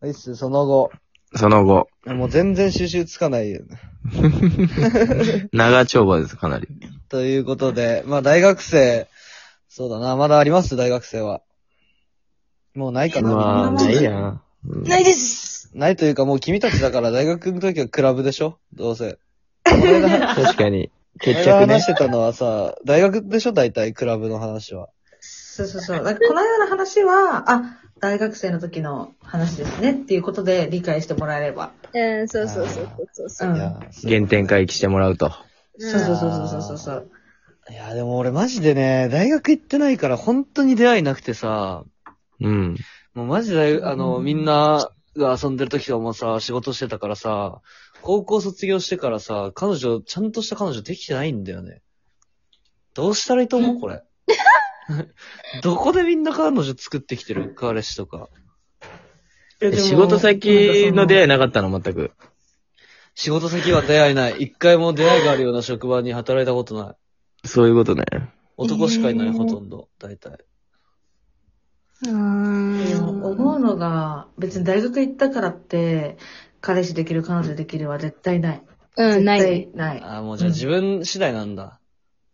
あれっす、その後。その後、もう全然収集つかないよ。長丁場です、かなり。ということで、まあ大学生、そうだな、まだあります大学生は。もうないかな。まあ、ないやな。ないです。ないというかもう君たちだから大学の時はクラブでしょどう せ。この間確かに。この決間着ね話し。てたのはさ、大学でしょ大体クラブの話は。そうそうそう。なんかこのような話は、あ、大学生の時の話ですねっていうことで理解してもらえれば。うん、そうそうそうそうそう。うんいやー原点回帰してもらうと。うんそうそうそうそうそうそう。いやーでも俺マジでね、大学行ってないから本当に出会いなくてさ、うん。もうマジで、あの、みんなが遊んでる時とかもさ、仕事してたからさ、高校卒業してからさ、彼女、ちゃんとした彼女できてないんだよね。どうしたらいいと思うこれ。 どこでみんな彼女作ってきてる彼氏とか。え仕事先の出会いなかったの、全く。仕事先は出会いない。一回も出会いがあるような職場に働いたことない。そういうことね。男しかいない、えーほとんど。大体。うでーもん。思うのが、別に大学行ったからって、彼氏できる、彼女できるは絶対ない。うん、ない。絶対ない。ああ、もうじゃあ自分次第なんだ。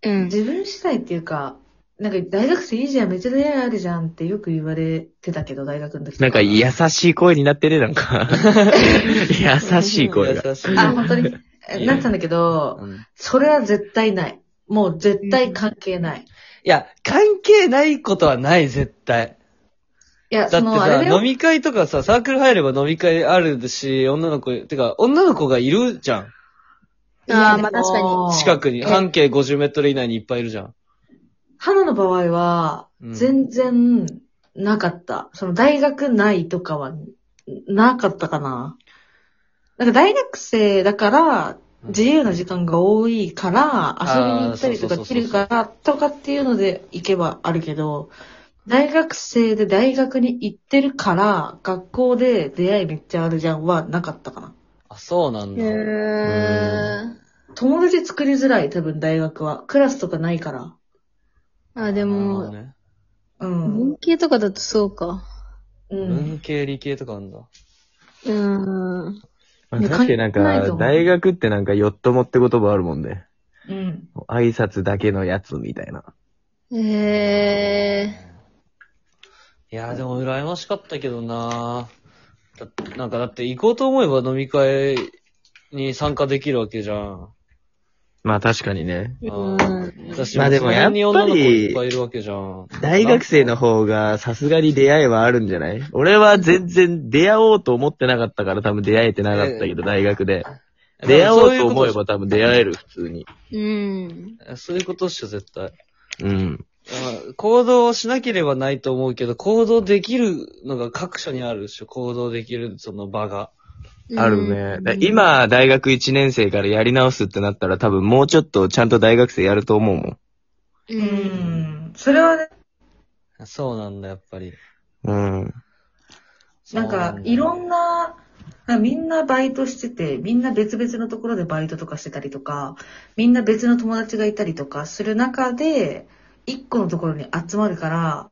うん。自分次第っていうか、なんか大学生いいじゃん、めっちゃ出会いあるじゃんってよく言われてたけど、大学の時なんか、優しい声になってね、なんか。優しい声が。優しい。あ、本当に。えなったんだけど、うんそれは絶対ない。もう絶対関係ない。いや、関係ないことはない、絶対。いや、だっそての、あれさ、だよ飲。み会とかさ、サークル入れば飲み会あるし、女の子、てか、女の子がいるじゃん。いやあーまあ確かにでも近くに、え半径50メートル以内にいっぱいいるじゃん。花の場合は、うん全然、なかった。その、大学内とかは、なかったかな。なんか大学生だから、自由な時間が多いから、遊びに行ったりとあーそうそうかそうそう切るから、とかっていうので行けばあるけど、大学生で大学に行ってるから、学校で出会いめっちゃあるじゃんはなかったかな。あ、そうなんうだ。ーん。友達作りづらい、多分大学は。クラスとかないから。あ、でなるほども、ねうん。文系とかだとそうか。うん。文系、理系とかあんだ。うーん。まあ確かになんか、大学ってなんか、よっともって言葉あるもんで。うん。挨拶だけのやつみたいな。えいや、でも羨ましかったけどなだなんかだって行こうと思えば飲み会に参加できるわけじゃん。まあ確かにね。ー。ううんん。私まあでもやっぱりそんなに女の子いっぱいいるわけじゃん。大学生の方がさすがに出会いはあるんじゃない俺は全然出会おうと思ってなかったから多分出会えてなかったけど、大学で。出会おうと思えば多分出会える、普通に。うん。そういうことっしょ、絶対。うん。まあ行動しなければないと思うけど、行動できるのが各所にあるでしょ、行動できるその場が。あるね。だ今、大学1年生からやり直すってなったら多分もうちょっとちゃんと大学生やると思うもん。う。うんん。それはね、そうなんだ、やっぱり。うん。なんか、いろんな。な、なんかみんなバイトしてて、みんな別々のところでバイトとかしてたりとか、みんな別の友達がいたりとかする中で、一個のところに集まるから、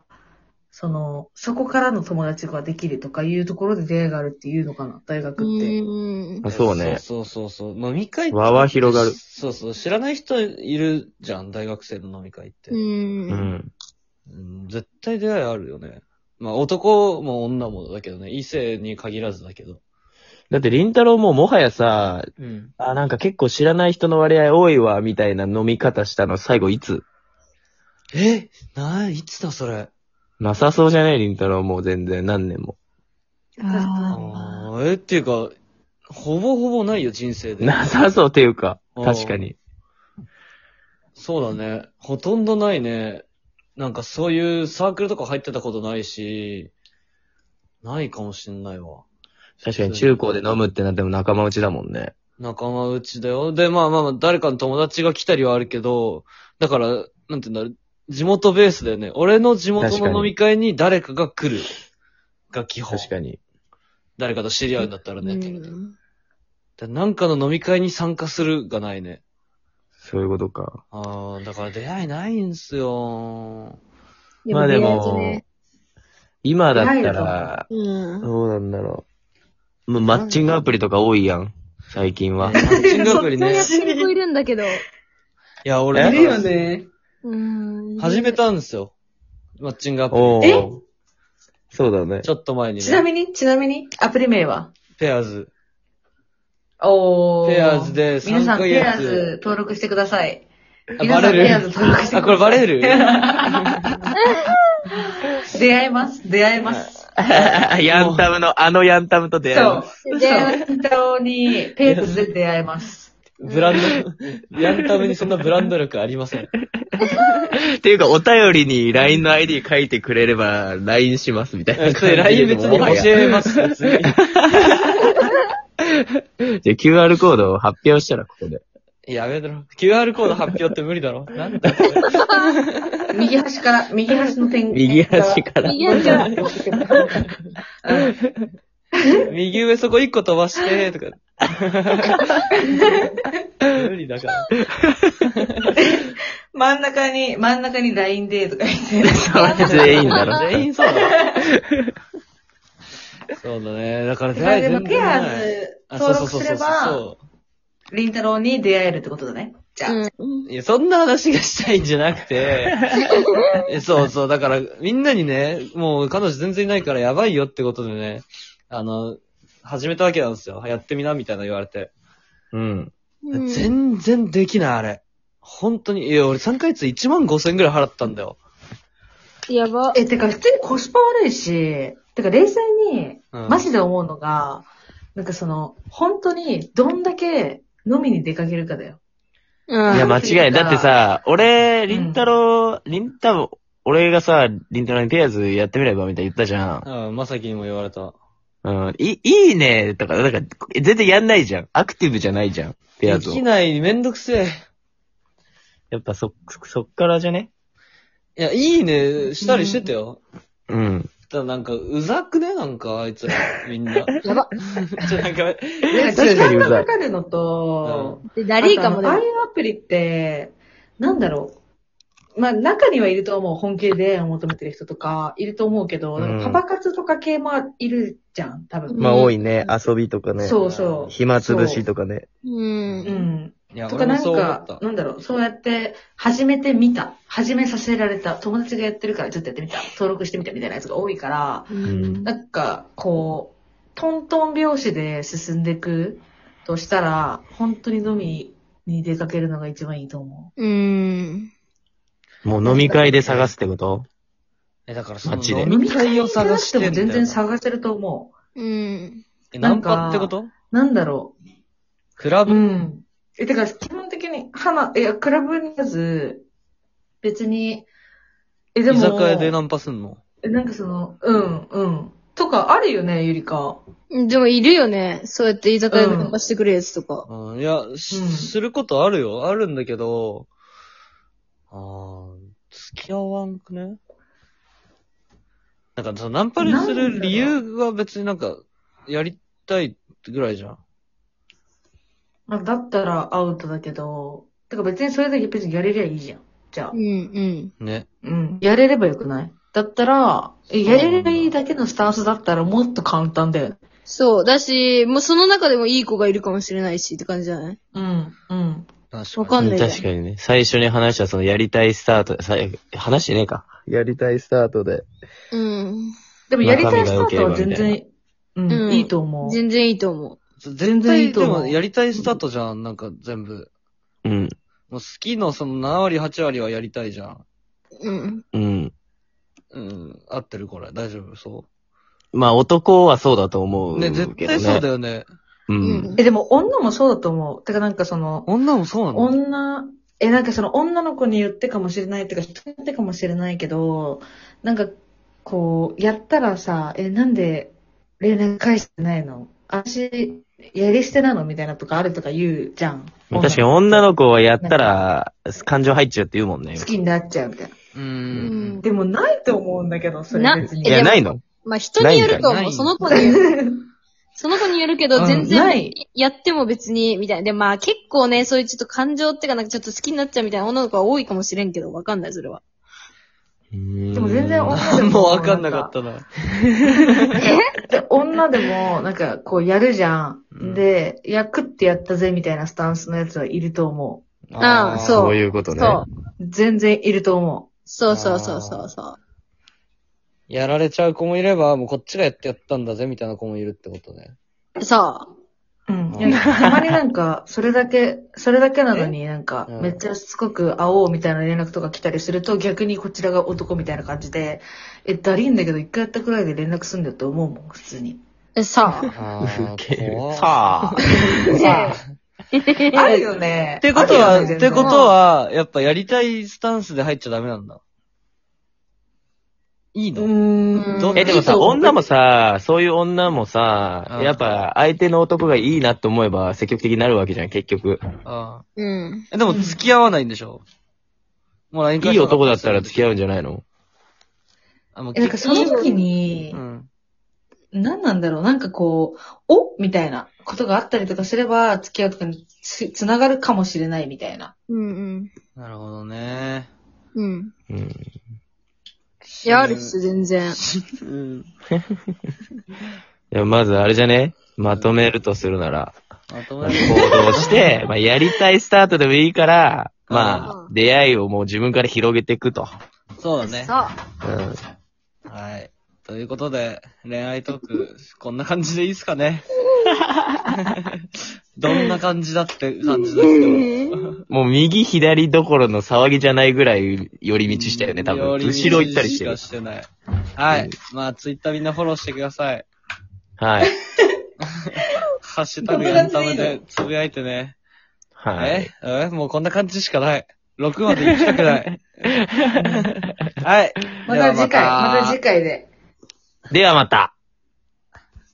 その、そこからの友達ができるとかいうところで出会いがあるっていうのかな、大う学って。ん。そうね。そうそうそうそう。飲み会って輪は広がる。そうそう。知らない人いるじゃん、大学生の飲み会って。う。うんん。うん絶対出会いあるよね。まあ男も女もだけどね、異性に限らずだけど。だって、りんたろうももはやさ、うん。あ、なんか結構知らない人の割合多いわ、みたいな飲み方したの最後いつえない、いつだそれ。なさそうじゃないりんたろうもう全然何年も。あーえ、っていうか、ほぼほぼないよ、人生で。なさそうっていうか、うん確かに。そうだね。ほとんどないね。なんかそういうサークルとか入ってたことないし、ないかもしんないわ。確かに中高で飲むってなっても仲間内だもんね。仲間内だよ。で、まあまあまあ、誰かの友達が来たりはあるけど、だから、なんて言うんだろう、地元ベースだよね。俺の地元確かにの飲み会に誰かが来る。が基本。確かに。誰かと知り合うんだったらうね。ん。でなんかの飲み会に参加するがないね。そういうことか。ああ、だから出会いないんすよ。まあでも、今だった出会えるとら、うん。どうなんだろまマッチングアプリとか多いやん。最近はマ。ッチングアプリそうねや。ってる子いるんだけど。いや、俺、えだいかるよらね。うん。始め。たんですよ。マッチングアプリ。おえお。そうだねち。ょっと前にちなね。みに、ちなみに、アプリ名はペアーズ。おー。ペアーズで皆3さん、ヶペアーズ月。登録してください。あ皆さん、ペアーズ登録してあ、くこれださバレい。る出会えます。出会えます。 ヤンタムの、あのヤンタムと出会います。そう。出会え本当に、ペープスで出会えます。ブランド、やるためにそんなブランド力ありません。っていうか、お便りに LINE の ID 書いてくれれば、LINE しますみたいな感そじれで。 LINE 別にもはや教えます、別に。じゃあ QR コードを発表したら、ここで。やめろ。QR コード発表って無理だろ。なんだ右端から、右端の点。右端から。右足は、右上そこ1個飛ばして、とか。無理だから。真ん中に、真ん中に LINE でとか言って。全員だろ。全員そうだろ。そうだね。だから出それ会いでも全ペ然アなーい。ズあ、そう登そうそう録すそれうば、そりんたろーに出会えるってことだね。じゃあ。うんう。いや、そんな話がしたいんじゃなくて、えそうそう、だから、みんなにね、もう彼女全然いないからやばいよってことでね、あの、始めたわけなんですよ。やってみな、みたいな言われて。うん。うん。全然できない、あれ。本当に。いや、俺3ヶ月1万5千ぐらい払ったんだよ。やば。え、てか普通にコスパ悪いし、てか冷静に、うんマジで思うのが、なんかその、本当にどんだけ飲みに出かけるかだよ。うん。いや、ま間違いない。だってさ、俺、りんたろー、りんたろ、俺がさ、りんたろーにペアーズやってみればみたいに言ったじゃん。うん、まさきにも言われた。うん。い、いいねとか、だから、全然やんないじゃん。アクティブじゃないじゃん。ペアーでズをき。ない、めんどくせえ。やっぱそ、そそっからじゃねいや、いいね、したりしてたよ。うん。ただなんか、うざくねなんか、あいつら、みんな。やば。 ちょ、なんか、なんか時間がかかるのと、ダリーかあもとであのああもい。うアプリって、なんだろう。まあ中にはいると思う。本気で出会いを求めてる人とか、いると思うけど、うんなんかパパ活とか系もいるじゃん、多分。まあ多いね。遊びとかね。そうそう。暇つぶしとかね。うんう。ん。いや、と俺もかなんそう思っかた、。なんだろう、そうやって、始めてみた。始めさせられた。友達がやってるからちょっとやってみた。登録してみたみたいなやつが多いから、うんなんか、こう、トントン拍子で進んでいくとしたら、本当に飲みに出かけるのが一番いいと思うん。もう飲み会で探すってことえ、だからその街でう。飲み会を探してんだ飲よみ会じゃなくても全然探せると思うん。えナンパってことう。なんだろクラう。ブ、うん。え、てか、基本的に、花、いや、クラブにまず、別に、え、で居も、酒屋でナンパすんのえなんかその、うん、うん。とかあるよね、ゆりか。でもいるよね。そうやって居酒屋で貸してくるやつとか。うん、いや、しうんすることあるよ。あるんだけど、あー付き合わんくねなんか、そのナンパにする理由は別になんか、やりたいぐらいじゃん。まあ、だったらアウトだけど、てか別にそれだけ別にやれりゃいいじゃん。じゃあう。ん、ね。うん。やれればよくないだったら、えやれればいいだけのスタンスだったらもっと簡単だよね。うん。そう。だし、もうその中でもいい子がいるかもしれないしって感じじゃないうん、うん。確わかんないじゃん。確かにね。最初に話したそのやりたいスタート、さ話してねえか。やりたいスタートで。うん。でもやりたいスタートは全中身が良然、うん、うんいいと思う。全然いいと思全全然然いいとで思うもやりたいスタートじゃん、なんか全部。うん。もう好きのその7割8割はやりたいじゃん。う。うん。うん。うん、合ってるこれ。大丈夫そまあ男はそうだと思う。うけね、どね。絶対そうだよね。う。うんん。え、でも女もそうだと思う。てかなんかその、女もそうなの女、え、なんかその女の子に言ってかもしれないっていうか、人に言ってかもしれないけど、なんか、こう、やったらさ、え、なんで連絡返してないの私、やり捨てなのみたいなとかあるとか言うじゃん。確かに女の子はやったら、感情入っちゃうって言うもんね好。きになっちゃうみたいな。う。うんん。でもないと思うんだけど、それ別いえに。や、でもないのまあ人によるとないんか思う。いその子による。その子によるけうど、ん全な然いやっても別に、みたいな。で、まあ結構ね、そういうちょっと感情ってかなんかちょっと好きになっちゃうみたいな女の子は多いかもしれんけど、わかんない、それは。ででも全然女女で もうわかんなかったな。えで、女でも、なんか、こう、やるじゃん。うんで、いや、食ってやったぜ、みたいなスタンスのやつはいると思ああそうそういうことね。そう。う。全然いると思。そうそうそうそうそう。やられちゃう子もいれば、もうこっちがやってやったんだぜ、みたいな子もいるってこと ね。そううん。あいやたまになんか、それだけ、それだけなのになんかう、んめっちゃしつこく会おうみたいな連絡とか来たりすると、逆にこちらが男みたいな感じで、え、だりいんだけど、一回やったくらいで連絡すんだよって思うもん、普通に。う。そう。あウケる怖。いさ あ。ねあるよね。ってことあは、るよねってことは、やっぱやりたいスタンスで入っちゃダメなんだ。いい全の、然うーん。どえ、でもいいさ、と思う女もさ、そういう女もさう、んやっぱ相手の男がいいなと思えば積極的になるわけじゃん、結局。ああうん。えでも付き合わないんでしょ、もう LINE いい男だったら付き合う。合うんじゃないのあ、もうえ、なんかその時にう、ん。何なんだろうなんかこう、おみたいなことがあったりとかすれば、付き合うとかにつつながるかもしれないみたいな。うんうん。なるほどね。うん。うん。いや、あるっす、全然。うん。でもまずあれじゃねまとめるとするなら、まとまめある行動して、まあやりたいスタートでもいいから、まあう、ん出会いをもう自分から広げていくと。そうだねそ。う。うん。はい。ということで、恋愛トーク、こんな感じでいいっすか ねどんな感じだって感じですけど。もう右左どころの騒ぎじゃないぐらい寄り道したよね、多分。後ろ行ったりして寄る道。しかしてない。はい。まあ、ツイッターみんなフォローしてください。はい。ハッシュタグやるためでつぶやいてね。はい。ええもうこんな感じしかない。6まで行きたく ない。はい。まではた次回、また次回で。ではまた。